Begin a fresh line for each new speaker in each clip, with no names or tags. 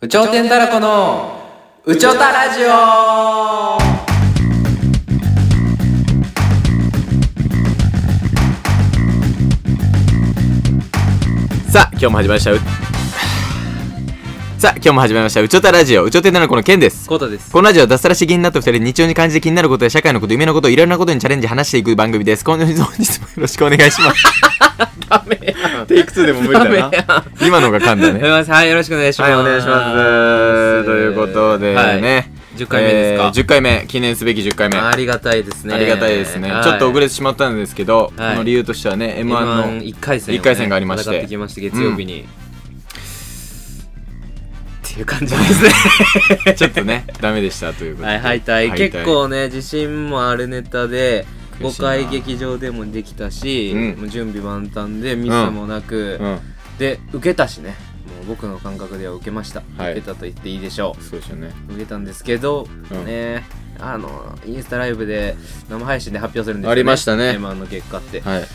宇頂天たらこの宇宙たラジオ
さあ今日も始まりましたうさあ今日も始まりました「うちょたラジオ」「うちょてなのこのケン」です
コータです
このラジオは脱サラして気になった二人日常に感じて気になることや社会のこと夢のこといろいろなことにチャレンジ話していく番組です今本日もよろしくお願いします
ダメやん
テイク2でも無理だ
ダ
な
メやん
今のが噛んだ
すい
ね
ませんはいよろしくお願いします
はいお願いしますということでね、
はい10回目ですか
えー10回目記念すべき10回目
ありがたいですね
ありがたいですね、
は
ちょっと遅れてしまったんですけど、
はい
この理由としてはね m 1
M1
の
一回戦をね
一回戦がありまして
戦ってきまして月曜日に、っていう感じですね
ちょっとねダメでしたということ
は
で
い敗退
敗退
結構ね自信もあるネタで
悔
5
しい
回
な
劇場でもできたし、
うん
もう準備万端でミスもなく、
うん
で受けたしねもう僕の感覚では受けました、
はい
受けたと言っていいでしょ
そうですよね
う受けたんですけど、
ん
ねあのインスタライブで生配信で発表するんですよ、ね、
ありましたね
M1 の結果って、
はい
で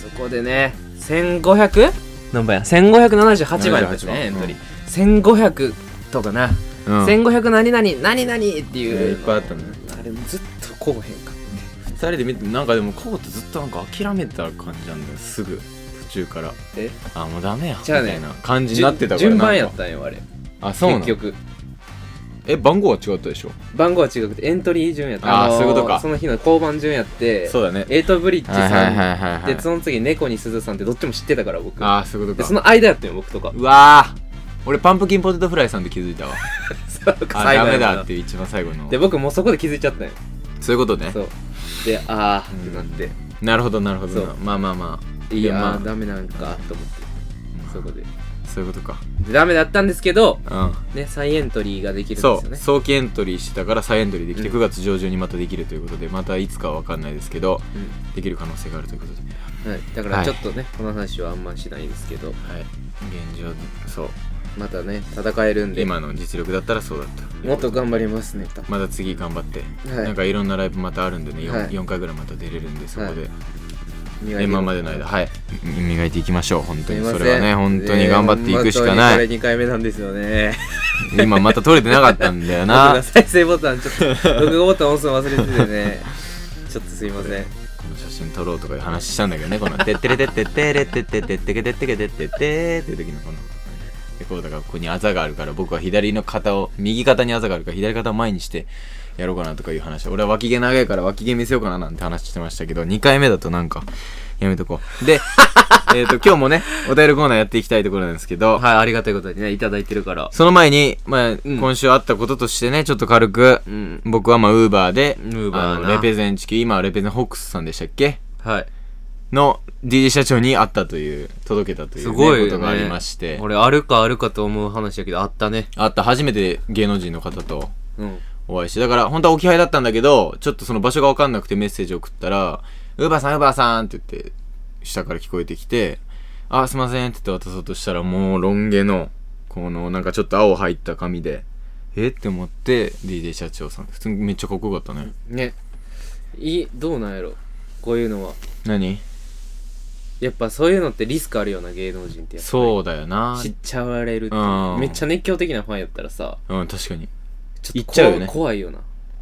そこでね 1500? 何番や1578番です
78
ねエントリー
う、
1500とかな、
うん
1500何々何々っていう、
ねいっぱいあったね
あれずっとこうへんか
二人で見てなんかでもコウってずっとなんか諦めた感じなんだよすぐ途中から
え
あもうダメやみ
じゃあね
たいな感じになってたから
順順番や
な
っ
んか
たんよあれ
あそうな
結
の
局
え番号は違ったでしょ
番号は違くてエントリー順やった
あー
のー
そういうことか
その日の交番順やって
そうだね
エイトブリッジ
はい
さ
は
ん、
いはいはいはい
でその次猫に鈴さんってどっちも知ってたから僕
ああそういうこ
で
と
そ
か
の間やったよ僕とか
うわー俺パンプキンポテトフライさんで気づいたわあ
最
ダ
後や
メ
った
だっていう一番最後の
で僕もうそこで気づいちゃったんよ
そういうことね
そうであーってなって、
なるほどなるほ
そ
ど
う
まあまあまあ
いやー、
まあ
ダメなんかと思って
う
そ
ん
こで
そういうことか
でダメだったんですけど
うん
ね再エントリーができるんで
そ
すよ
う
ね
早期エントリーしてたから再エントリーできて
うん
9月上旬にまたできるということでまたいつかは分かんないですけど
う、
できる可能性があるということで
んはい、だか
は
ら
い
ちょっとね、この話はあんましないですけど
はい現状そう
またね戦えるんで
今の実力だったらそうだった
もっと頑張りますねと
また次頑張って、
はい
なんかいろんなライブまたあるんでね 4,、
はい
四回ぐらいまた出れるんでそこで、
は磨いていこう
今までの間はい磨いていきましょう本当
すい
に
ません
それはね本当に頑張っていくしかな
ね
い、
本当にこれ2回目なんですよね
今また取れてなかったんだ よ
僕
な
が再生ボタンちょっと録画ボタン押すの忘れてて ねちょっとすいません
この写真撮ろうとかいう話したんだけどねこの「てってれてってってれてってってってけてってけてってって」っていう時のこのでこうだからここにあざがあるから僕は左の肩を右肩にあざがあるから左肩を前にしてやろうかなとかいう話俺は脇毛長いから脇毛見せようかななんて話してましたけど2回目だとなんかやめとこうでえっと今日もねお便りコーナーやっていきたいところなんですけど
はいありがたいことにねいただいてるから
その前に、まあ、
ん
今週あったこととしてねちょっと軽く
うん
僕はまあウーバーで
ウーバー
あ
な
のレペゼン地球今はレペゼンホックスさんでしたっけ
はい
の DJ 社長に会ったという届けたという
す
ね、
ごいよ、ね、
ことがありまして
俺あるかあるかと思う話やけどあったね
会った初めて芸能人の方と
うん
お会いしてだから本当は置き配だったんだけどちょっとその場所が分かんなくてメッセージ送ったら「ウーバーさんウーバーさん」って言って下から聞こえてきて「あすいません」って言って渡そうとしたらもうロン毛のこのなんかちょっと青入った髪でえって思って DJ 社長さん普通にめっちゃかっこよかったね
ねいいどうなんやろこういうのは
何
やっぱそういうのってリスクあるような芸能人ってやっぱ
そうだよな
知っちゃわれるっていう
うん
めっちゃ熱狂的なファンやったらさ
うん確かに
ちょっ
行
と
っちゃうよ
怖
ね
怖いよな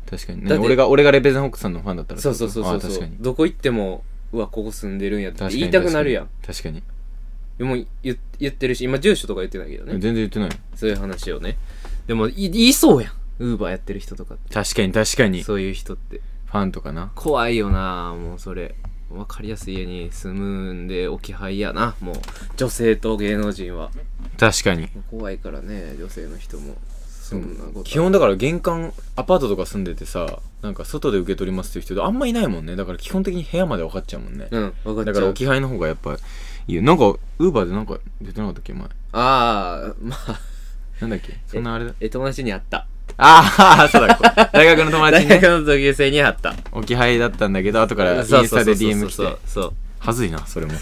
確かに
だって
俺が俺がレペゼンホックさんのファンだったら
そうそうそうそう
あ確
そ
か
う
に
どこ行ってもうわここ住んでるんやっ
確
て
かに
言いたくなるやん
確かに
でも言言ってるし今住所とか言ってないけど
全
ね
然言ってない
そういう話をねでもい言いそうやんウーバーやってる人とかって
確かに確かにフ
そういう人って
ァンとかな
怖いよなもうそれ分かりやすい家に住むんで置き配やなもう女性と芸能人は
確かに
怖いからね女性の人もそんなこと
基本だから玄関アパートとか住んでてさなんか外で受け取りますっていう人あんまいないもんねだから基本的に部屋まで分かっちゃうもんね、
うん分かっちゃう
だから置き配の方がやっぱいいよなんかウーバーでなんか出てなかったっけ前
ああまあ
なんだっけそんなあれだ
え友達にあった
ああそうだ これ大学の友
大
達に
学
ね
の同級生にあった
置き配だったんだけど後からイン
そう
ス
そうそ
タで
うそう
DM 来
そ
て
うそう
はずいな それも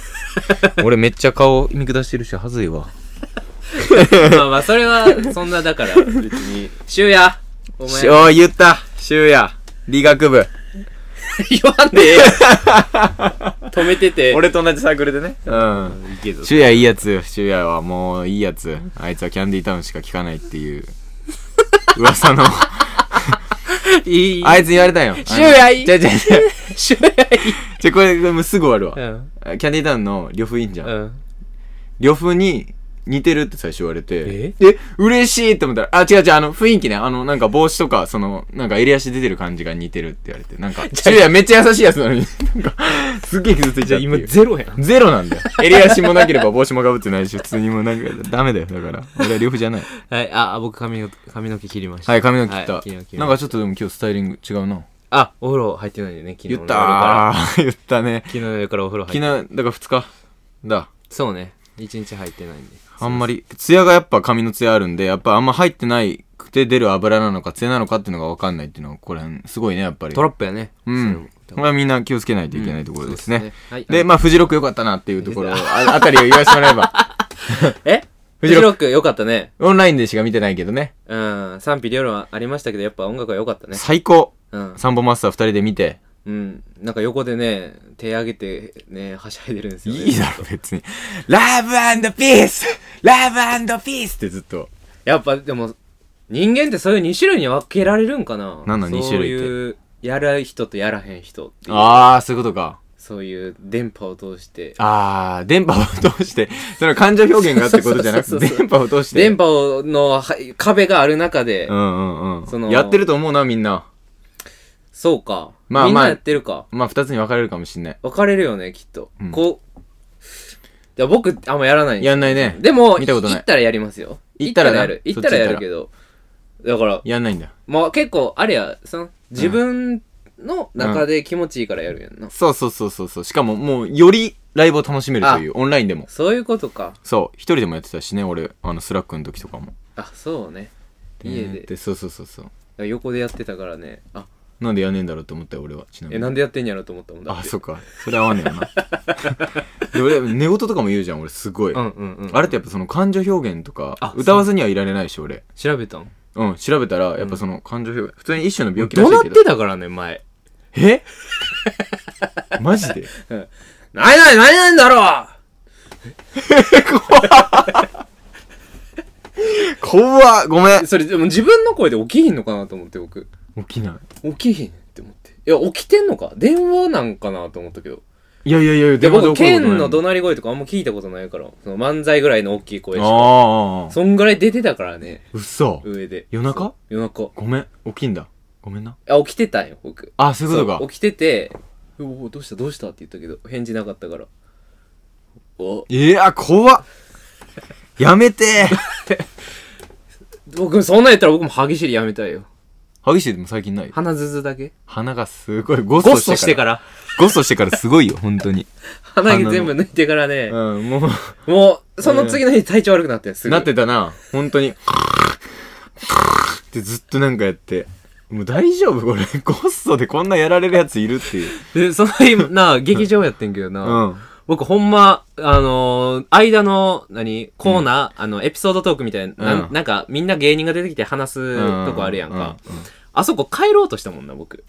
俺めっちゃ顔見下してるしはずいわ
まあまあそれはそんなだから別 に「しゅうやお前
しおー言ったしゅうや理学部
言わんでええやん止めてて、
俺と同じサークルでね。うん。
いけぞ。
シュウヤいいやつ。シュウヤはもういいやつ。あいつはキャンディータウンしか聞かないって いう。噂の。
いい。
あいつ言われたんよ。
シュウヤいい
じゃじゃじゃ。
シュエ
じゃ、これ、これもうすぐ終わ
う
るわ。
ん。
キャンディータウンの呂布いいんじゃ。
うん ん。
呂布に似てるって最初言われて
え。
え嬉しいって思ったら、あ、違う違う、あの、雰囲気ね。あの、なんか帽子とか、その、なんか襟足出てる感じが似てるって言われて。なんか、シュウヤめっちゃ優しいやつなのに、なんか、すっげえ傷ついち
じ
ゃ
ゃあ
うって
今
いう。
ゼロやん。
ゼロなんだよ。襟足もなければ帽子もかぶってないし、普通にもうなんか、ダメだよ。だから、俺は両夫じゃない。
はい、あ、あ僕髪の髪の毛切りました。
はい、髪の毛切った。
はい切りました
なんかちょっとでも今日スタイリング違うな。
あ、お風呂入ってないんでね、昨日の
言
夜
った
から。
ー。言ったね。
昨日の夜からお風呂
昨
入
日、
って。
だから2日。だ。
そうね。一日入ってないんで。
あんまり、ツヤがやっぱ髪のツヤあるんで、やっぱあんま入ってないくて出る油なのか、ツヤなのかっていうのがわかんないっていうのは、これ、すごいね、やっぱり。
トラップやね。
うん。
それ
これ
も
はみんな気をつけないといけないところですね。
うんそうですねはい
で、まあ、フジロック良かったなっていうところを、ああたりを言わせてもらえば。
えフジロックよかったね。
オンラインでしか見てないけどね。
うん。賛否両論ありましたけど、やっぱ音楽は良かったね。
最高。
うん。
サンボマスター2人で見て、
うん。なんか横でね、手上げて、ね、はしゃいでるんですよ、ね。
いいだろ、別に。ラブピースラブピースってずっと。
やっぱでも、人間ってそういう2種類に分けられるんかな
なんなん二種類って
そういう、やる人とやらへん人っていう。
ああ、そういうことか。
そういう電波を通して。
ああ、電波を通して、その感情表現があってことじゃな
そ
く
うそうそ
て、
うそう
電波を通して。
電波をのは壁がある中で、
うんうんうん。
その
やってると思うな、みんな。
そうか。
まあ
みん
まあ
なやってるか。
まあ、二つに分かれるかもしんない。
分かれるよね、きっと。
うん
こう。いや、僕、あんまやらないんですよ
やんないね。
でも、
見たことない
行ったらやりますよ。
行ったらな
やる。行ったらやるけど。だから、
やんないんだ。
まあ結構、あれや、その、自分の中で気持ちいいからやるやんな。
そうそうそうそうそう。しかも、もう、よりライブを楽しめるという、オンラインでも。
そういうことか。
そう。一人でもやってたしね、俺、あの、スラックの時とかも。
あ、そうね。家で。
そうそうそうそう。
横でやってたからね。あ、
なんでやんねえんだろうと思ったよ、俺は。ちなみ
え、
に
な。んでやってんやろと思ったもんだって。
あ、そっか。それ合わねえよな。 で俺、寝言とかも言うじゃん、俺、すごい。
うんうんうん。
あれってやっぱその感情表現とか
あ、
歌わずにはいられないし、俺。
調べたん
うん、調べたら、やっぱその感情表現、普通に一種の病気らし
怒
い
鳴
け
っ
ど
て。たからね、前。
え マジで
ないないないないんだろ
怖っごめん
それ、でも自分の声で起きひんのかなと思って、僕。
起きな
起きひんって思って。いや、起きてんのか電話なんかなと思ったけど。
い。いやいやいや、
で、
電話
僕、
怒ることない
剣の怒鳴り声とかあんま聞いたことないから、その漫才ぐらいの大きい声しか。
あーあーあー、
そんぐらい出てたからね、
嘘。
上で。
夜中
そう夜中。
ごめん、起きんだ。ごめんな。
あ、起きてたんよ、僕。
あ、そういうこと
そう
か。
起きてて、おお、どうしたどうしたって言ったけど、返事なかったから。お
いや、怖っやめて
僕、そんなん言ったら僕も歯ぎしりやめたいよ。
ー激しいでも最近ない
鼻ずずだけ
鼻がすごいゴ
ゴ
ソ
スト
し
してて
か。
からら。
ゴソしてからすごいよ、本当に。
鼻毛全部抜いてからね、
うん、もう。
もう、その次の日体調悪くなってんすぐ
なってたな。本当に。ってずっとなんかやって。もう大丈夫これ。ゴッソでこんなやられるやついるっていう。
で、その日、 な、劇場やってんけど
う
な、
ん。
僕ほんま、あのー間の、何、コーナー、あの、エピソードトークみたいな、な
うん
んなんか、みんな芸人が出てきて話すとこあるやんか。
うう
あそこ帰ろうとしたもんな、 僕。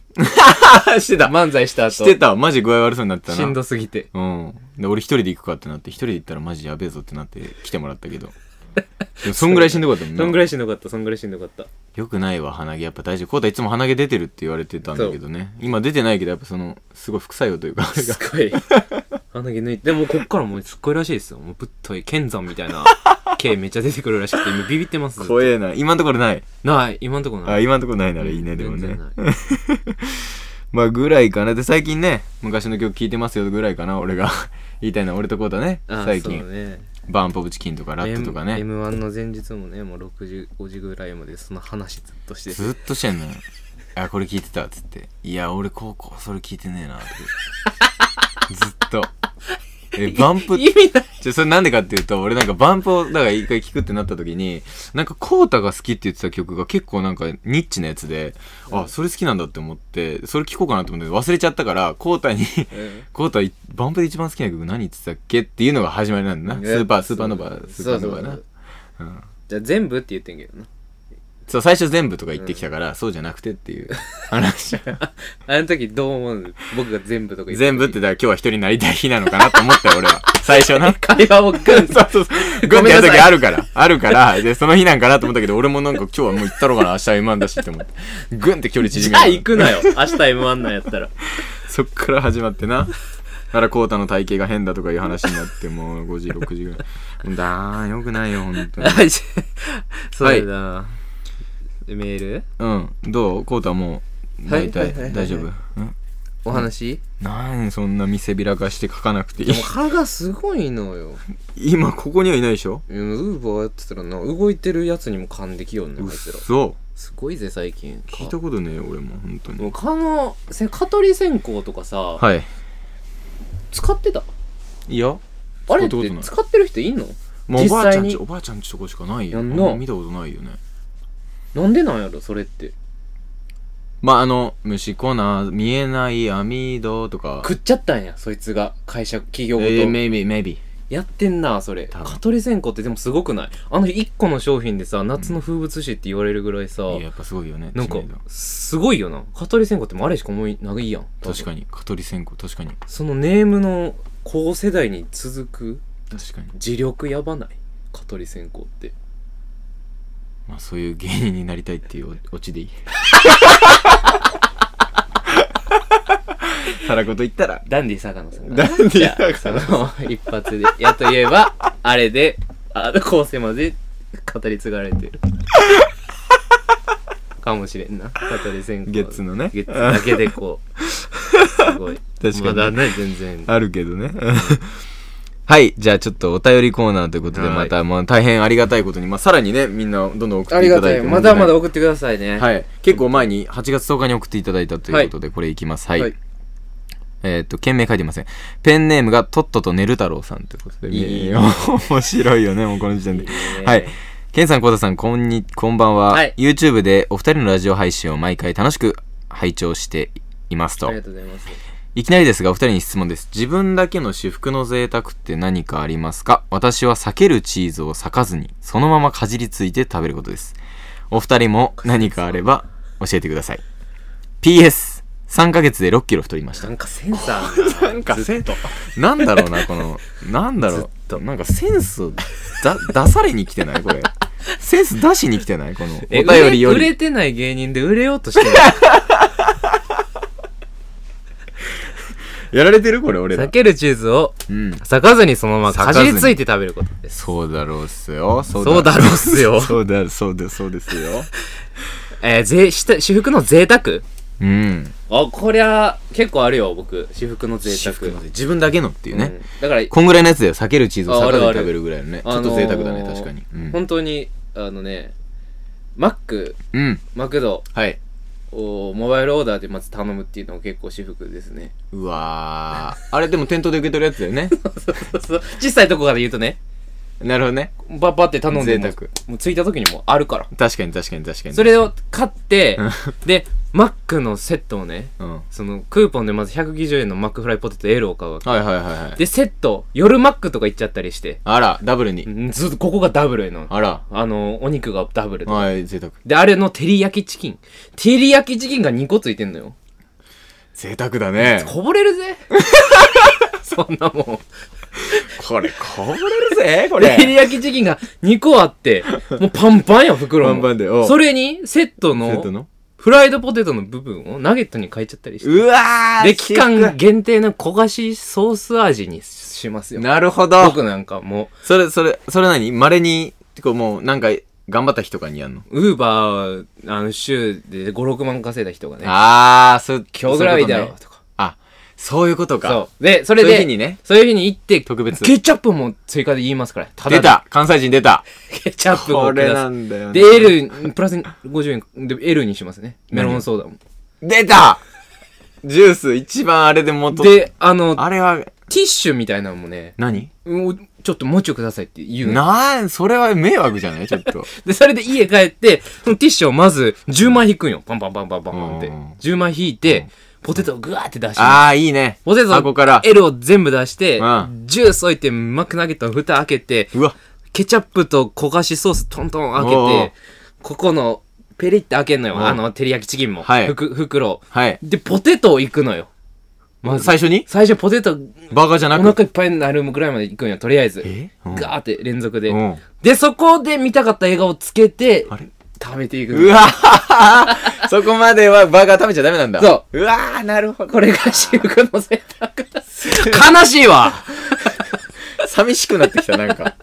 してた。漫才した後。
してた。マジ具合悪そうになってたな。
しんどすぎて。
うん。で、俺一人で行くかってなって、一人で行ったらマジやべえぞってなって来てもらったけど。でもそんぐらいしんどかったもん
そんぐ
な。
らいしんどかった、そんぐらいしんどかった。
よくないわ、鼻毛。やっぱ大丈夫。コータいつも鼻毛出てるって言われてたんだけどね。今出てないけど、やっぱその、すごい副作用というか、あれが
す ごい。鼻毛抜いて。でも、こっからもうすっごいらしいですよ。もうぶっとい、剣山みたい な、毛めっちゃ出てくるらしくて、今ビビってます。
怖えな。今のところない。
ない、今んとこない。
あ、今のところないならいいね、でもね。まあぐらいかな。で、最近ね、昔の曲聴いてますよぐらいかな、 俺が言いたいのは、俺とこうだね。
最
最
近。
近
そう、ね。
バーンポブチキンとかラットとかね。
M- M1 の前日もね、もう6時、5時ぐらいまでその話ずっとしてて。
ずっとしてんのよ。あ、これ聞いてたっつって。いや、俺高校それ聞いてねえなって。 ずっと。え、バンプ、
意味ない。
じゃ、それなんでかっていうと、俺なんかバンプを、だから一回聞くってなった時に、なんかコータが好きって言ってた曲が結構なんかニッチなやつで、あ、それ好きなんだって思って、それ聞こうかなと思って忘れちゃったから、コータにコータいバンプで一番好きな曲何言ってたっけっていうのが始まりなんだな。スーパー、スーパーノバー、スーパーノバーな。
そうそうそうじゃあ全部って言ってんけどな。
そう最初全部とか言ってきたから、そうじゃなくてって いう話
あの時どう思う僕が全部とか言った時
全部ってだから今日は一人になりたい日なのかなと思ったよ俺 は最初な
会話をグン
そうそうそう。グンってやるときあるから。あるから。で、その日なんかなと思ったけど、俺もなんか今日はもう行ったろうかな。明日は M1 だしって思って。グンって距離縮
じ
め
ゃ
る
あ行くなよ明日 M1 なんやったら
そっから始まってな。だから、コータの体型が変だとかいう話になって、もう5時、6時ぐらい。もうだー、よくないよ、ほんとに。
あじゃあそうだな、メール
うん。どうコータはもう、
はい
大体
はいはいはい、
大丈夫。うん
お話、
なんそんな見せびらかして書かなくていい
でも。歯がすごいのよ
今、ここにはいないでしょ
いやウーバーやってたらな動いてるやつにも噛んできよんねあ
う
い
っ
つら
そ。
すごいぜ最近
聞いたことねえよ、俺も、ほんと
も
に。
う蚊のせ蚊取り線香とかさ、
はい。
使ってた
いいよ。
あれっ
使ったこと
て
ない
使ってる人いんの
まあ、おばあちゃ
実際
んち
に
おばあちゃんちとこしかない
や
よ。あ
ん
ん
な
ま見たことないよね。
なんでなんやろそれって
まあ、あの、虫コーナー、見えない網戸とか。
食っちゃったんやそいつが会社企業ごと、
えー、maybe, maybe.
やってんなそれ
多分
蚊取り線香ってでもすごくないあの1個の商品でさ夏の風物詩って言われるぐらいさ、
いややっぱすごいよね。
なんか
知名度
すごいよな蚊取り線香ってもうあれしか思いないやん
確か
に
に、蚊取り線香、確かに。
そのネームの高世代に続く
確かに。
磁力やばない蚊取り線香って
まあ、そういう芸人になりたいっていう オチ でいい。たらこと言ったら。
ダンディ坂野さんが
ダンディ
じゃあそ
坂
の一発でやといえばあれであの後世まで語り継がれてるかもしれんな語り線香
月のね。
月だけでこ うすごい
確か
ま
に
だね全然
あるけどね。 はい。じゃあちょっとお便りコーナーということで、
はい
また、まあ大変ありがたいことに、まあさらにね、みんなどんどん送っていただいて。
ありがたいまだまだ送ってくださいねい
はい、結構前に8月10日に送っていただいたということで、これいきます。はい。
はい
えーっと、件名書いてません。ペンネームがとっととねる太郎さんということで。
いいね
面白いよね、もうこの時点で。はいケンさん、コウタさん、こんに、こんばんは。
はい
YouTube でお二人のラジオ配信を毎回楽しく拝聴しています
あ
と
り。がとうございます
いきなりですが、お二人に質問です。自分だけの私服の贅沢って何かありますか私は避けるチーズを裂かずに、そのままかじりついて食べることです。お二人も何かあれば教えてく ださい。PS、3ヶ月で6キロ太りまし
な
た。
んかセンサー な
なんかセン
ずっと
なんだろうな、この、なんだろう。なんかセンスをだ出されに来てないこれ。センス出しに来てないこの、お
え
便りよ
売れ売
り。
れてない芸人で売れようとしてる
やられてるこれ、俺
避。けるチーズを
うん。
裂かずにそのままかじりついて食べることです
そうだろうっすよ。そ
そうだろうっすよ
そうだ、そうだ、そうですよ。
えー、ぜした私服の贅沢
うん。
あこりゃ結構あるよ僕私服の贅
私
沢
服の自分だけのっていうね、
うんだから
こんぐらいのやつだよ避けるチーズを
あある
逆で
ある
食べるぐらいのねちょ
あ
っ
のー
と贅沢だね確かにうん、
本当にあのねマック
うん、
マクド
はい
をモバイルオーダーでまず頼むっていうのが結構私服ですね
うわーあれでも店頭で受け取るやつだよ ね
小さいとこから言うとね
なるほどね
バッバって頼んでも
贅沢
もう着いた時にもうあるから
確かに確かに確かに
それを買って
うん
でマックのセットをね
うんはい
そのクーポンでまず190円のマックフライポテト L を買うわけ
はいはいはい
でセット夜マックとか行っちゃったりして
あらダブルに、
うんずっとここがダブルやの
あら
あのお肉がダブルで
はい贅沢
であれの照り焼きチキン照り焼きチキンが2個ついてんのよ
贅沢だね
こぼれる ぜそんなもん
これこぼれるぜ こ
照り
れ
焼きチキンが2個あってもうパンパンや袋も
パンパンでおう
それにセット
セッ
の
トの
フライドポテトの部分をナゲットに変えちゃったりして
うわー
で期間限定の焦がしソース味にしますよ
なるほど
僕なんかも
それそれそれ何まれにこうもうなんか頑張った日とかにやんの
うウーバーあの週で56万稼いだ人がね
ああそう
今日ぐらいはいいだ
そううことね
ろうとか
あ、そういうことか。
そうでそれで
そういう日にね
そういう日に行って
特別
ケチャップも追加で言いますからただ
出
で
た関西人出た
ケチャップを
こ
くだ
れ
さ
ないんだよ、
で
ね。、
L、プラス50円、で、L にしますね。メロンソーダも。
出たジュース一番あれで元。
で、あの、
あれは、
ティッシュみたいなのもね、
何
うんちょっともうちょいくださいって言うの。
なん、それは迷惑じゃないちょっ と。
で、それで家帰って、そのティッシュをまず10枚引くんよ。パンパンパンパンパンパンって
うん。
10枚引いて、ポテトをグワーって出して。
ああ、いいね。
ポテト
箱から。
L を全部出して
うん、
ジュース置いて、マックナゲットの蓋開けて、
うわ、
ケチャップと焦がしソーストントン開け
おうおう
て、ここのペリって開けんの
うん
よ。あの、照り焼きチキンも。
はい
ふく袋。
はい。
で、ポテト行くのよ。まず、
最初に
最初ポテト、
バーガーじ
お
ゃなく
腹いっぱいになるぐらいまで行くんよ、とりあえず。
えうん
ガーって連続で
う。ん。
で、そこで見たかった映画をつけて、
あれ
食べていくの
うわそこまではバーガー食べちゃダメなんだ。。
そう
うわーなるほど。
これが私服の選択だ。悲しいわ
寂しくなってきた、なんか。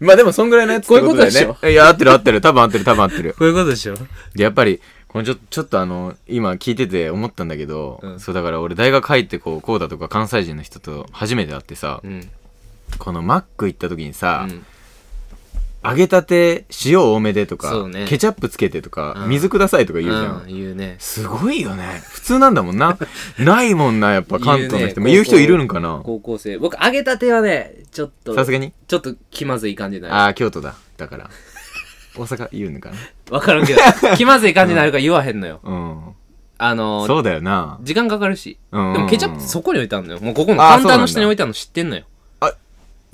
まあでもそんぐらいのやつってことだよね。
こういうこと
いや、合ってる合ってる。多分合ってる、多分合ってる。
こういうことでしょ
で、やっぱり、このちょちょっとあの、今聞いてて思ったんだけど、
うん
そうだから俺大学入ってこう、こうだとか関西人の人と初めて会ってさ、
うん。
このマック行った時にさ、
うん
揚げたて塩多めでと
そ
か、
うね
ケチャップつけてとか、
うん
水くださいとか言うじゃん。
うん言うね。
すごいよね。普通なんだもんな。ないもんな、やっぱ関東の人
言う
も。
ね
言う人いるのかな
高校生。僕、揚げたてはね、ちょっと、
さすがに。
ちょっと気まずい感じにな
ああ、京都だ。だから。大阪言うのかな
る。わからん けど、気まずい感じになるから言わへんのよ。
うん。
あのー、
そうだよな。
時間かかるし。
うん
でもケチャップそこに置いてあんのよ。もうここの
あー
カウンターの
そうなん
下
だ
に置いてあるの知ってんのよ。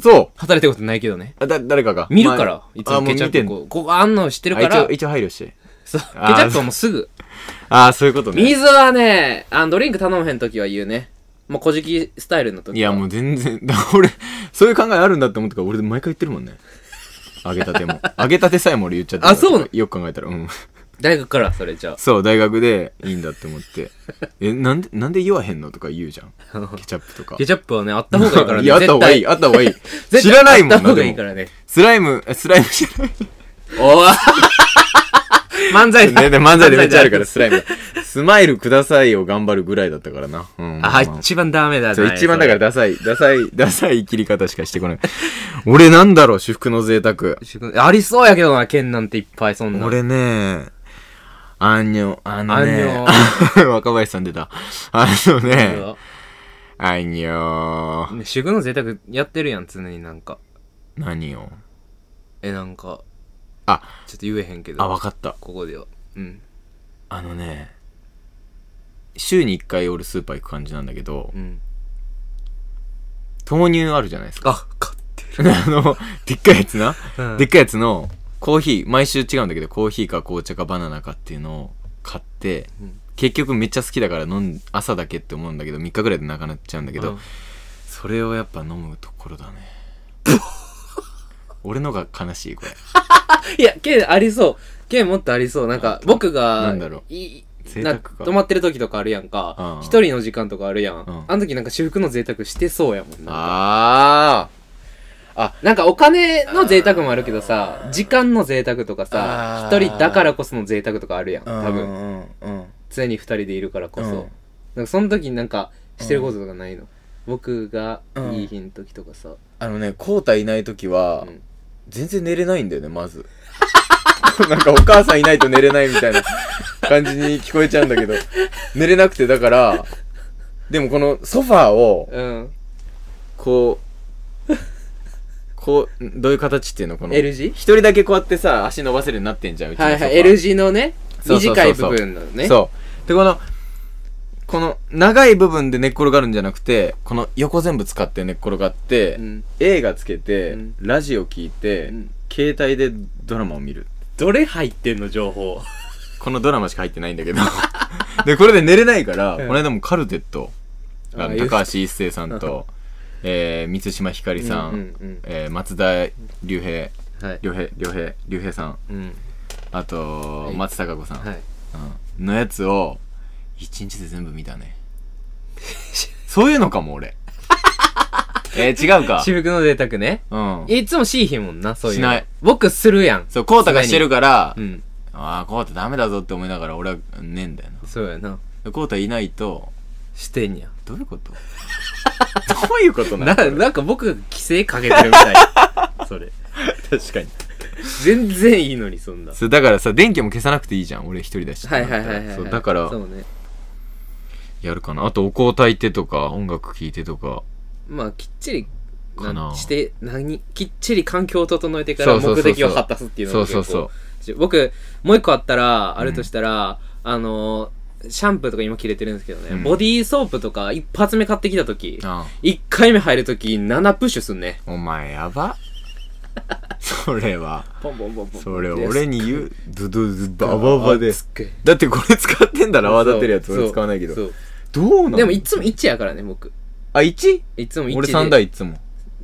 そ
働いたことないけどね。
うあだ、誰かが。
見るから、
前
いつもケチャップ
あ、もう
こう、ここあんの知って
見
る
てん
か
あ一
ら
応、、一応配慮して。
そう、ケチ
あー
ャップはもうすぐ。
ああ、そういうことね。
水はね、あのドリンク頼まへんときは言うね。もう小じきスタイルの時はい
や、もう全然、 だ俺、そういう考えあるんだって思ったから、俺毎回言ってるもんね。揚げたて も。揚げたてさえも俺言っちゃってる
あそうなの
よく考えたら。うん。
大学からそれじ ゃ
そう、大学でいいんだって思って。え、なんで、なんで言わへんのとか言うじゃん。
あ。
ケチャップとか。
ケチャップはね、あった方がいいからね。
や、あった方がい い、
絶
あった方がいい。
対。
知らないもん
あ
な、
った方がいい
で
か
も
らね。
スライム、えスライム知ら ない。
おわ 漫才だ
ね、で漫才でめっちゃあるから、。スライム。スマイルくださいを頑張るぐらいだったからな。うん。
あ、
まあ
一番ダメだ
そう
な。。
一番だかららダサい、ダサい、ダサい切り方しかしてこない。俺なんだろう、私服の贅沢。
ありそうやけどな、剣なんていっぱい、そんな。
俺ね、あんにょ、あのね、 若林さん出た。あの
う
ね、
わ
あんにょー。
ね主婦の贅沢やってるやん、常になんか。
何を
え、なんか、
あ、
ちょっと言えへんけど。
あ、わかった。
ここでは。うん。
あのね、週に1回俺スーパー行く感じなんだけど
う、ん。
豆乳あるじゃないですか。
あ、か、
あの、でっかいやつな。
うん
でっかいやつのコーヒー、毎週違うんだけど、コーヒーか紅茶かバナナかっていうのを買って、
うん
結局めっちゃ好きだから飲ん、朝だけって思うんだけど、3日ぐらいでなくなっちゃうんだけ
う
ど、
ん
それをやっぱ飲むところだ ね。俺のが悲しい、これ。
いや、剣ありそう。剣もっとありそう。なんか、僕が、
なんだろ
う。い
贅
な
沢か
泊まってる時とかあるやんか
うん。
一人の時間とかあるやん。
ん
あの時なんか私服の贅沢してそうやもんな。
あ
なんかお金の贅沢もあるけどさ、時間の贅沢とかさ
あ、
一
ー
人だからこその贅沢とかあるやん。
あ
多分。常に二人でいるからこそ。
うん
なんかその時になんかしてることとかないの。僕がいい日の時とかさ。
あのね、コータいないときは
うん
全然寝れないんだよね、まず。 なんかお母さんいないと寝れないみたいな感じに聞こえちゃうんだけど、寝れなくて、だから、でもこのソファーを、
うん。
こう、こう、どういう形っていうのこの、
L 字
一人だけこうやってさ、足伸ばせるようになってんじゃん、うちの
はい
ソフ
は
ァー
い。L 字のね、
そうそうそうそう
短い部分のね。
そう。で、この、この長い部分で寝っ転がるんじゃなくて、この横全部使って寝っ転がって、
うん
映画つけて、
うん
ラジオ聞いて、
うん
携帯でドラマを見る。
どれ入ってんの情報。
このドラマしか入ってないんだけ ど。で、これで寝れないから、
うん
この間もカルテット、
あ
あの
言う
高橋一生さんと、えー、満島ひかりさん、
うんうん
えー松田龍平、
うん。はい。
龍平、龍平、龍平さん、
うん。
あと、
はい
松たか子さん、
はい。
うんのやつを一日で全部見た ねそういうのかも俺えー、違うか
私服の贅沢ね。
うん
いつもしいひんもんな、そういうの。
しない
僕するやん。
そうコウタがしてるから、
うん。
ああコウタダメだぞって思いながら俺はねえんだよ
そうやな。
なコウタいないと
してんや。
どういうこ とどういうこと
な、
の
なんか僕が規制かけてるみたい。それ。
確かに
全然いいのに、そんな。
そうだからさ電気も消さなくていいじゃん俺一人だし
はいはいはいはい。
そうだから
そうね。
やるかなあとお香炊いてとか音楽聴いてとか
まあ、きっちり、
かな
して、何きっちり環境を整えてから
そうそうそ
目
うそう
的を果たすっていうの
そう
が
そう
結構
そう
ちょ僕もう一個あったらあるとしたら、あのシャンプーとか今切れてるんですけどね、
うん
ボディーソープとか一発目買ってきた時
あ
一回目入る時7プッシュすんね
あお前やばそれは
ポンポンポンポン
それ俺に言うドドドドバババで
つっけ
だってこれ使ってんだら泡立てるやつ
そう
俺使わないけど
そう
どうなの
でもいつも1やからね僕
あ 1?
いつも1で
俺3だいつも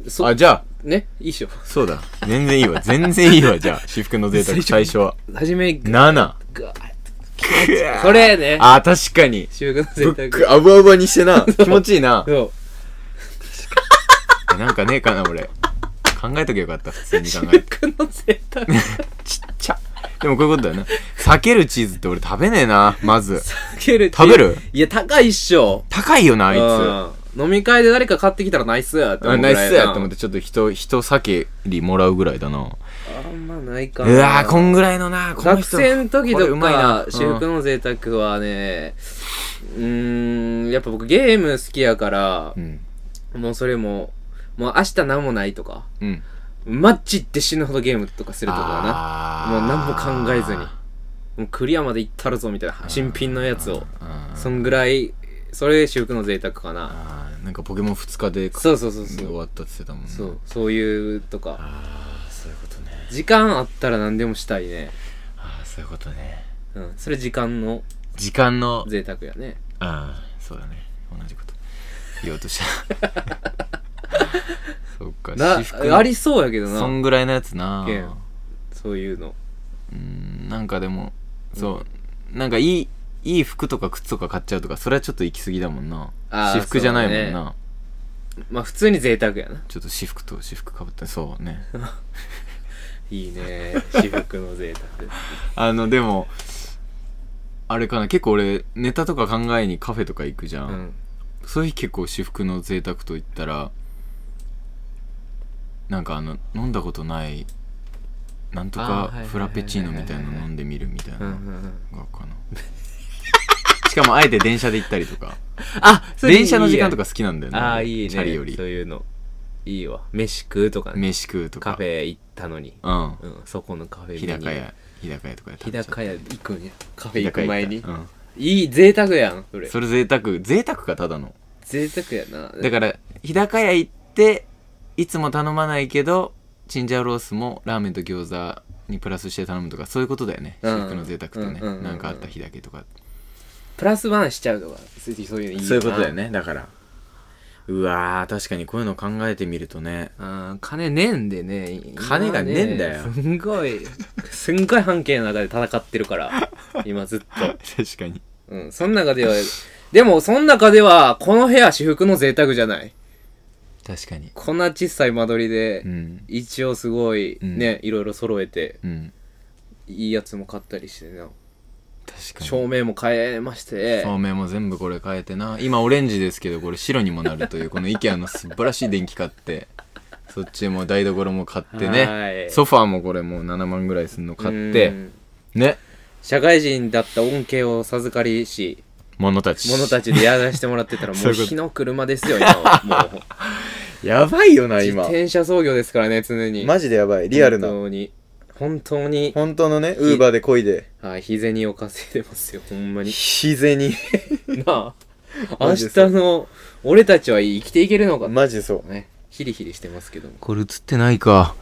そう
あじゃ
ねいいっしょ
あそうだ全然いいわ全然いいわじ ゃあ私服の贅沢
最
最
初
初は
初めグ
7
ガーこれね
あ確かに
修学
ブ
の
ッ
選
ク
択
あぶあぶあにし てな気持ちいいな
そ
なんかねえかな俺考えときゃよかった普通
う
に考
修
えて
学の選択
ちっちゃでもこういうことだよな避けるチーズって俺食べねえなまず
避けるって
食べる
いや高いっしょ
高いよなあいつ
うん飲み会で誰か買ってきたらナイスやって思
あ
う
ナ
ぐ
イ
らい
スやって思っててちょっと人人避けりもらうぐらいだな
あんまないか
う
な
わーこんぐらいのなこの
学
人
生の時
これ
と
うまいな
か、私服の贅沢はね、うーん、やっぱ僕ゲーム好きやから
う、ん
もうそれも、もう明日何もないとか、
うん
マッチって死ぬほどゲームとかするとか
あ
な。
ー
もう何も考えずに。もうクリアまで行ったるぞみたいな、新品のやつを。
あー
そんぐらい、それ私服の贅沢かな。
あーなんかポケモン2日で
そうそうそうそ
終
う。
わったって言ってたもんな
そう、そういうとか。
ああそういうことね
時間あったら何でもしたいね。
ああそういうことね
うん、それ時間の
時間の
贅沢やね。
ああそうだね同じこと言おうとした そっか
な
私服の
ありそうやけどな。
そんぐらいのやつな
ゲームそういうの。
うんなんかでもそうなんかいいいい服とか靴とか買っちゃうとかそれはちょっと行き過ぎだもんな
あー
私服じゃないもん
そう
な、
まあ普通に贅沢やな。
ちょっと私服と私服かぶってそうね
いい ね。私服の贅沢。
あのでもあれかな結構俺ネタとか考えにカフェとか行くじゃん、
うん。
そういう日結構私服の贅沢と言ったらなんかあの飲んだことないなんと
あーはいはい
か
はいはい
フラペチーノみたいなの飲んでみるみたいな
うんう
の
んうん。
がかな しかもあえて電車で行ったりと か
あ
電車の時間と
か。
か好きなんだよね
ああ、いいね。
チャリより
そういうの。いいわ。飯食うとかね。
飯食うとか
カフェ行ったのに。
うん
うん。そこのカフェ
日
見に
高屋日高屋とかで
日
食べちゃった
高屋行くんや。カフェ行
日高
く
屋
前
行
に
った。うん
いい、贅沢やん、それ。
それ贅沢贅沢かただの
贅沢やな。
だから日高屋行っていつも頼まないけどチンジャオロースもラーメンと餃子にプラスして頼むとかそういうことだよね
うん
私服の贅沢とね
うんうんうん
なんかあった日だけとか
プラスワンしちゃうとか、そういうのいいな。
ねだからうわー確かにこういうの考えてみるとね
うん。金ねえんでね。
金がねえんだよ
今ねすんごい、 すんごい半径の中で戦ってる から。今ずっと。
確かに
うん、その中では、でも、その中では、この部屋、私服の贅沢じゃない。
確かに
こんな小さい間取りで、
うん
一応すごい、
うん
ね、いろいろ揃えて、
うん
いいやつも買ったりしてな。
確かに
照明も変えまして、
照明も全部これ変えてな今オレンジですけどこれ白にもなるというこの IKEA の素晴らしい電気買ってそっちも台所も買って
は
ね
い
ソファーもこれもう7万ぐらいするの買って
うん
ね
社会人だった恩恵を授かりし、
者たち
者たちでやらしてもらって たら、
そ
も
う
う
いうこと
火の車ですよ、今 は。もう、
やばいよな
自転車操業ですからね、常に。
ジでやばい
本当に、本当に、
本当のね
ひ
ーでこいで
はい、日銭を稼いでますよ、ほんま に。
日銭
なあ
マ
明
ジで
日
そう
の俺たちは生きていけるのか
マジそう
ねヒリヒリしてますけども
これ映ってないか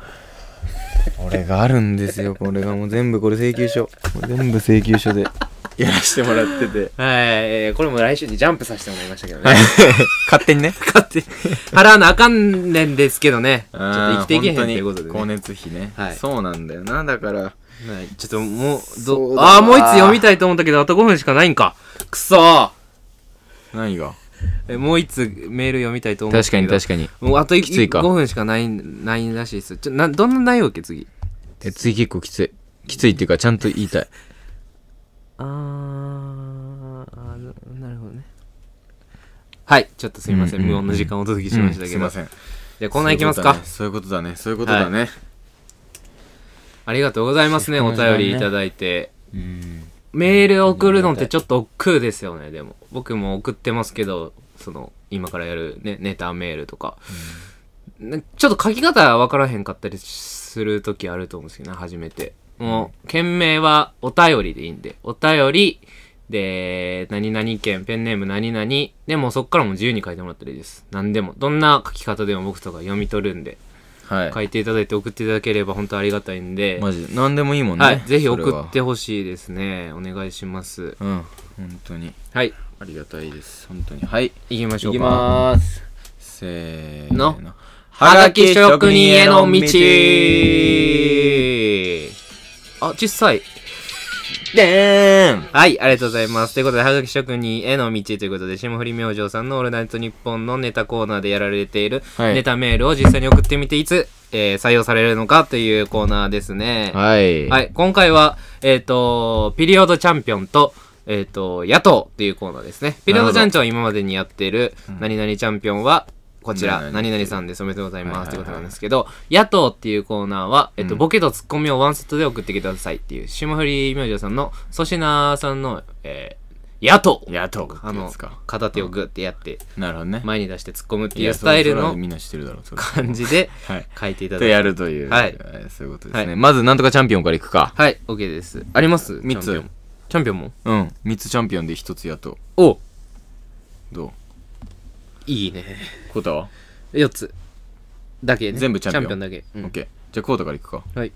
これがあるんですよこれがもう全部これ請求書もう全部請求書でやらしてもらってて
はい、えーこれも来週にジャンプさせてもらいましたけどね
勝手にね
勝手に払わなあかんねんですけどねちょっと
あ
生き
ー
ていけへんと
本当に
いうことで
光
ね
熱費ね、
はい
そうなんだよなだから
はいちょっともう
そう
ど
だわ
ああもういつ読みたいと思ったけどあと5分しかないんかくそー
何が
えもういつメール読みたいと思った
確か
け
に
ど
確かに
にもうあとい
きついか
5分しかないないらしいですちょなどんな内容っけ次
え次結構きついきついっていうかちゃんと言いたい
あーあーななるほどねはいちょっとすみません、
うんうんうん
無音の時間をお届けしましたけど、
うんすいません
じゃあコーナーいきますか、
そういうことだねそういうことだね、
ありがとうございますね
そう
お
いうことだね
便りいただいて
うん
メール送るのってちょっと億劫ですよねでも僕も送ってますけどその今からやる、ね、ネタメールとか、ねちょっと書き方わからへんかったりする時あると思うんですけどね初めてもう件名はお便りでいいんでお便りで何々県ペンネーム何々でもうそっからも自由に書いてもらったらいいです何でもどんな書き方でも僕とか読み取るんで
はい
書いていただいて送っていただければ本当ありがたいんで、
マジで何でもいいもんね、
はい、ぜひ送っ
それ
てほしいですねお願いします
はうん本当に
はい
ありがたいです本当にはい
行きましょ
いう
か
きまーすせーの
の
は
は
が
が
き
き
職
職
人
人
へ
へ
の
の
道
道あ、小さい。
でーん
はい、ありがとうございます。ということで、はがき職人への道ということで、霜降り明星さんのオールナイトニッポンのネタコーナーでやられている、
はい
ネタメールを実際に送ってみて、いつ、えー採用されるのかというコーナーですね。
はい
はい、今回は、えっ、と、ピリオドチャンピオンと、えっ、と、野党っていうコーナーですね。ピリオドチャンピオンは今までにやってる、何々チャンピオンは、こちら、
何々
何々さんです。おめでとうございます。と
はいいうはいはい
ことなんですけど、野党っていうコーナーは、えっ、と、
うん
ボケとツッコミをワンセットで送ってきてくださいっていう、霜降り明星さんの、粗品さんの、えー、野党
野党って
あ
や
の
つか、
片手をグッてやって、
なるほどね
前に出して突っ込むって
い
いう
や
スタイル
それは
の
みんな知ってるだろうそれ
感じで
はい
書いていた
と
だいて。
やるという
はい
えーそういうことですね、
はい
まずなんとかチャンピオンからいくか
はい、OK です。あります
三つ
チャンピオンチャンピオンも
うん3つチャンピオンで1つ野党
お
どう
いいね。
コータは、
4つだけね
全部チャンピオン
だけ、うん
オッケーじゃあコータからいくか
はい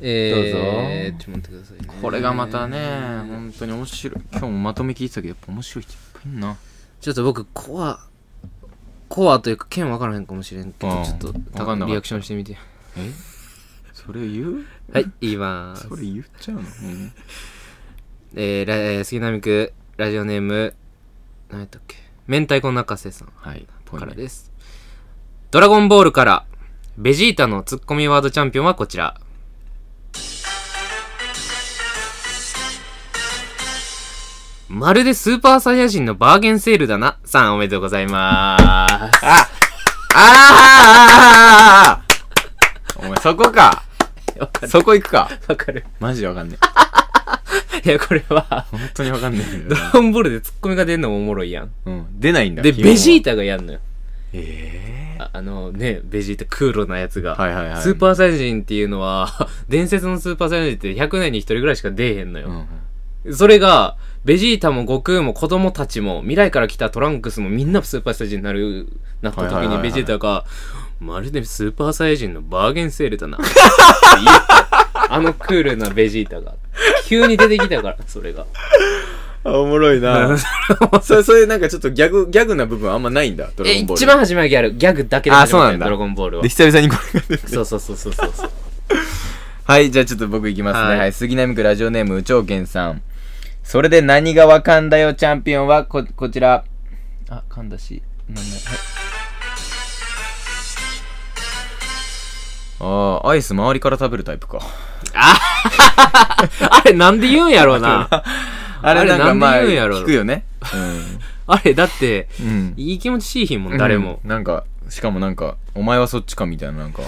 えー、
どうぞ
ちょっと待ってください、ね、
これがまたね本当に面白い今日もまとめ聞いてたけどやっぱ面白い人いっぱいいんな
ちょっと僕コアコアというか剣分からへんかもしれんけど、
うん
ちょっと
わかんなかった
リアクションしてみて
えそれ言う
はい言います
それ言っちゃうの、うん
えーラえー、杉並区ラジオネーム何やったっけ明太子中瀬さん
はいポイ
から
ント
ですドラゴンボールからベジータのツッコミワードチャンピオンはこちらまるでスーパーサイヤ人のバーゲンセールだなさんおめでとうございます
ああーお前そこ か
わか
そこ行くか
わかる
マジでわかんね
いやこれは
え本当にわかんねえん
ド
だよ
ラ ゴンボールでツッコミが出るのもおもろいやん
うん出ないんだ
でベジー
タ
タがやんのよ
え
ああのねベジータクールなやつが、
えはいはいはい
スーパーサイヤ人っていうのは 伝説のスーパーサイヤ人って100年に1人ぐらいしか出えへんのよ、
うんうん
それが、ベジータも悟空も子供たちも未来から来たトランクスもみんなスーパーサイヤ人になる、なった
はい
時
はいは
に
いはい
ベジータが、まるでスーパーサイヤ人のバーゲンセールだな。って言ったあのクールなベジータが。急に出てきたから、そ れが。
あおもろい なそれそういうなんかちょっとギャグギャグな部分あんまないんだドラ
え、
ゴンボール
一番初めはギャル、ギャグだけで
あ
始
そう
まったよ
なんだ
ドラゴンボールは
で。久々にこれが出て
そうそうそうそうそうそう。
はい、じゃあちょっと僕いきますね。は、
はいい
杉並区ラジオネーム、宇宙健さん。それで何がわかんだよ、チャンピオンは、こ、こちら。あ、噛んだし、なんだ、はい。ああ、アイス周りから食べるタイプか。
あれなんで言うんやろう な。
あれなんかまあ、
なんで言うんやろ
聞くよ ね。
あれだって、
うん。うん
いい気持ちしいひんもん、誰も。
うんなんか、しかもなんか、お前はそっちかみたいな、 なんか、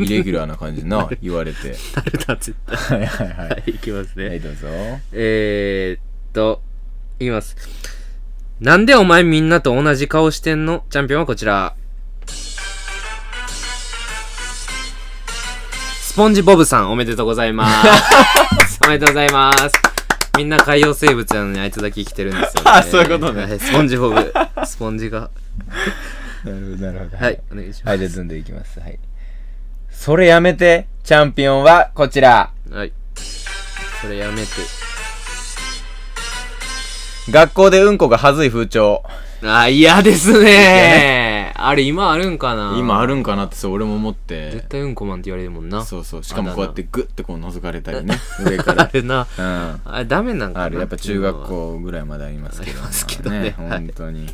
イレギュラーな感じでな、言われて。
誰だ、絶対。
はいはいは
はい、いきますね。
い。はい、どうぞ。
えー、っと、いきます。なんでお前みんなと同じ顔してんのチャンピオンはこちら。スポンジボブさん、おめでとうござい ます。おめでとうございます。みんな海洋生物なのにあいつだけ生きてるんですよね。
あそういうことね
はいスポンジボブ。スポンジが。
なるほど、なるほど。
はい、お願いしま
はい、じゃあ、ずんでいきます。はい。それやめて、チャンピオンはこちら。
す。はい。それやめて。
学校でうんこがはずい風潮。
あ、嫌ですねあれ今あるんかな
今あるんかなって、そう、俺も思って
絶。対うんこマンって言われるもんな。
そうそう。しかも
あだな
こうやってグッてこう覗かれたり ね。上か
あ
ら。
れな。
うん。
あれダメなんかな
ある。やっぱ中学校ぐらいまでありますけど。
ありますけどね
まあ本当に。
うん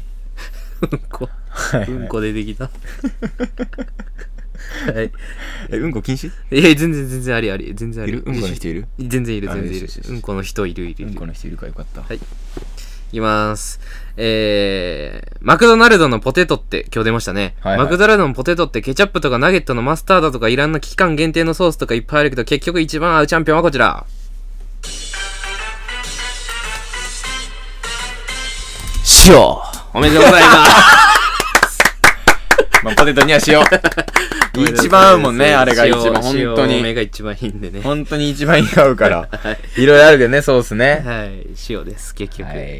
こ うんこ出てきたはい
え、うんこ禁止
いや全然全然ありあり全然あ
い
り
るうんこの人いる
全然いる
あ
全然い
よ
る
しよしよし
うんこの人いるいる
う
い
んこ
る
の人いるかよかった。
いいきますえー、マクドナルドのポテトって今日出ましたね、
はいはい
マクドナルドのポテトってケチャップとかナゲットのマスタードとかいらんな期間限定のソースとかいっぱいあるけど結局一番合うチャンピオンはこちら
塩
おめでとうございます
まあ、ポテトには塩。 一番合うもんね、あれが一番。本
塩
当
塩目
に。
が一番いいんでね は
本当に一番 合うから。いろいろあるけどね、ソースね。
い塩です結局、
はい。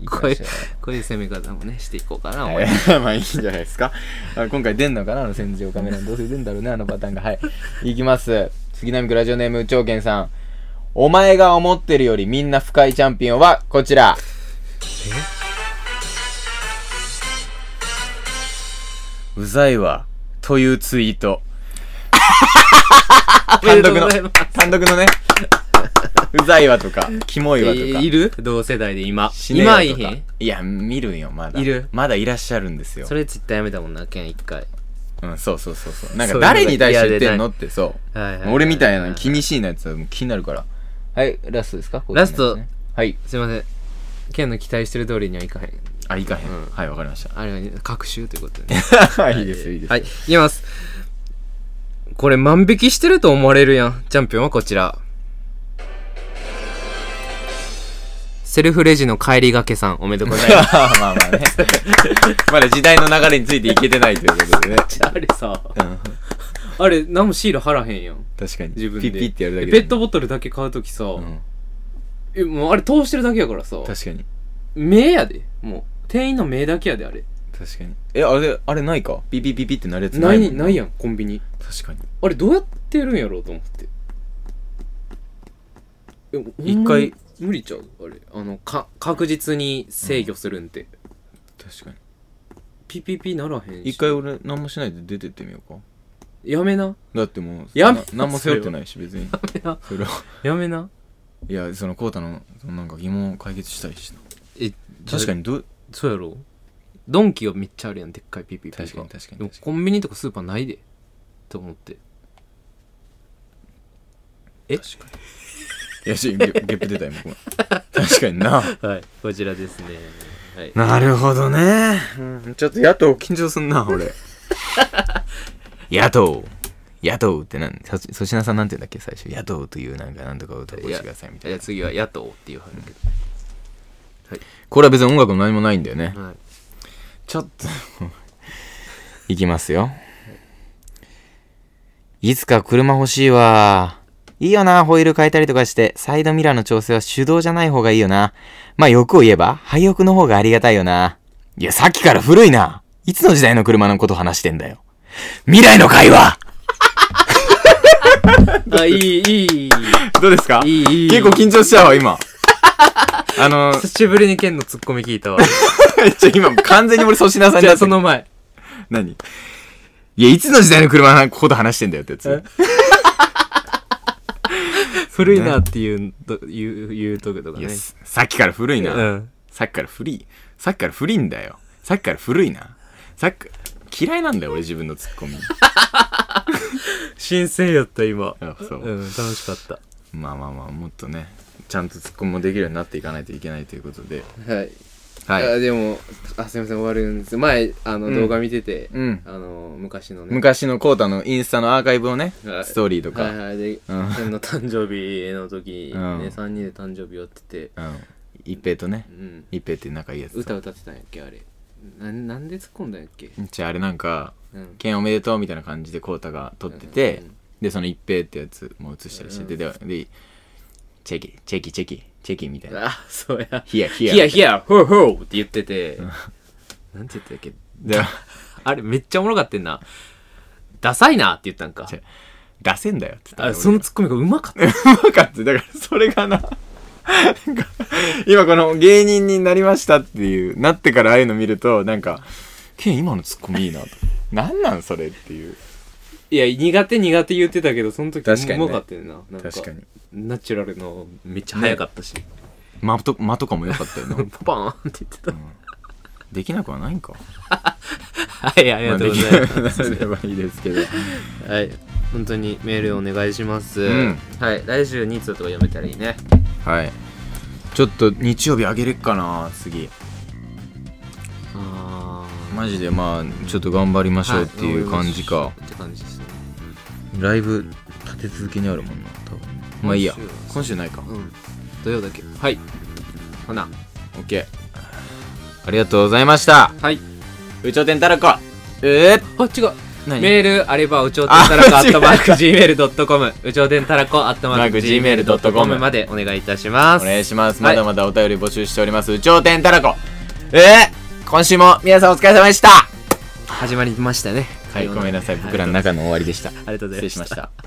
い
こういう
てらっしゃい
こういう攻め方もねしていこうかな、
え
俺
ー まあいいんじゃないですか。あ今回出んのかなあの戦場カメラどうせ出んだろうね、あのパターンが。はい。いきます。杉並区ラジオネーム、長健さん。お前が思ってるよりみんな深いチャンピオンはこちら。うざいわ。というツイート。単独の
おめでとうございます、
単独のね。うざいわとか、キモいわとか。
いる同世代で今
死ねよと
今
か
いへん
いや、見るんよ、まだ。
いる
まだいらっしゃるんですよ
そ。れツイッターやめたもんなケン一回
うん、そうそうそうそう。なん
そ
か
ういうのが
誰に対して言ってんのってそう。
はいはいはい
俺みたいな気にしいなやつはもう気になるから。はい、ラストですか
ラスト
こういうのですねはい。
すいませんケンの期待してる通りにはいかへん
あ、いかへん。
うん
はい、わかりまし
あれは各種ということでね
た。いいです、いいです。
はいいきますこれ万引きしてると思われるやんチャンピオンはこちらセルフレジの帰りがけさんおめでとうございます
まあまあね。 まだ時代の流れについていけてないということでね。
あれさ、
うん
あれ、何もシール貼らへんやん。
確かに。
自分で。
ピッピッってやるだけ
ペ
で
ットボトルだけ買うときさ、
うん。
え、もうあれ通してるだけやからさ、
確かに。
目やで。もう、店員の目だけやで、あれ。
確かに。え、あれ、あれないかピピピピってなるやつ
な
ない
い
も
に、
ん
ないやん、コンビニ。
確かに。
あれ、どうやってるんやろうと思って。えほんまに
一回
無理ちゃうあれ。あの、か、確実に制御するんで。
確かに。
ピピピならへんし。
一回俺何もしないで出てってみようか。
やめな。
だってもう、
やめ
な何も背負ってないし、別に。
やめな。
それは。
やめな。
いや、その、コウタの、そのなんか疑問を解決したいしな。
え、
確かに、どう、
そうやろドンキはめっちゃあるやんでっかいピピピが
確かに確かに
でも
確か
コンビニとかスーパーないでと思ってえ
確かに。いや、し、ゲゲップ出たよ、ごめん。 確かにな。
はいこちらですねはい
なるほどね。ちょっと野党緊張すんな、俺。 野党。野党ってなん、そ粗品さんなんて言うんだっけ、最初。野党というなんか、なんとかを歌をしてくださいみたい
い
な
や。次は野党っていう話だけ
これは別に音楽も何もないんだよね
ど、。はい、
ちょっと。いきますよ。いつか車欲しいわ。いいよな、ホイール変えたりとかして、サイドミラーの調整は手動じゃない方がいいよな。まあ欲を言えば、廃屋の方がありがたいよな。いや、さっきから古いな。いつの時代の車のこと話してんだよ。未来の会話
あいいいい
どうですか
いいいい
緊張しちゃうわ、 今。あの、
久しぶりにケンのツッコミ聞い たわ
ちょ今完全に俺粗品さ
じゃあその前
何いや、いつの時代の車のこと話してんだよってやつ。
古いなっていうと言う言うとことか
いや
ね
ささっきから古いな、
うん
さっきから古いさっきから古いんだよさっきから古いなさっき嫌いなんだよ俺自分のツッコ ミ
新鮮やった今
あそう
うん楽しかっ
まあまあまあもっとねちゃんとツッコミもできるようになっていかないといけないということで
たはい
はい
でもあすいません終わるんです前あの
動
画見てて
うん
あの昔のね
昔のコウタのインスタのアーカイブをね、
はい
ストーリーとか、
はいはいで、ケ
うん
ンの誕生日の時にね、
うん
3人で誕生日やってて、
うん一平とね
うん、
一平って仲いいやつ
歌歌ってたんやっけあれなんなんで突っ込んだんやっけ、
じゃああれなんか
うん
「ケンおめでとう」みたいな感じでコウタが撮ってて、
うん
でその一平ってやつも映したりしてて、ででチェキチェキチェキチェキみたいな
あそうや
「ヒヤヒ
ヒ
ヤ」
ヤヒヤホーホーって言ってて、なんて言ったっけ
で
あれめっちゃおもろかってんなダサいなって言ったんか
違う出せんだよって言
あ
った
そのツッコミがうまかった
うまかっただからそれがななんか今この芸人になりましたっていうなってからああいうの見るとなんか「ケン今のツッコミいいな」と「何なんそれ」っていう
いや苦手苦手言ってたけどその時
確かにね
うまかったよななんか
確かに
ナチュラルのめっちゃ早かったし、
間と間とかも良かったよな、うん
パパーンって言ってた
できなくはないん か
はいありがとうございます、
まあできなくなればいいですけど
はい本当にメールお願いします、
うん
はい来週2通とか読めたらいいね
はいちょっと日曜日あげれっかな次
あ
マジでまあちょっと頑張りましょうっていう感じか、
って感じですね
ライブ立て続けにあるもんな多分まあいいや
今週は
今週ないか
うん土曜だけはいほな
オッケーありがとうございました
はいう
ちょてんたらこえー、
あ違う
何
メールあれば、うちょうてんたらこ、
あ
アットマーク、gmail.com。うち ょうてんたらこ、アットマーク、
gmail.com
gmail.com までお願いいたします。
お願いします。
は
ま
い
だまだお便り募集しております。宇宙天たらこ。えー、今週も皆さんお疲れ様でした。
始まりましたね。
はい、ごめんなさい。僕らの
はい
中の終わりでした。
ありがとうございました
失礼しました。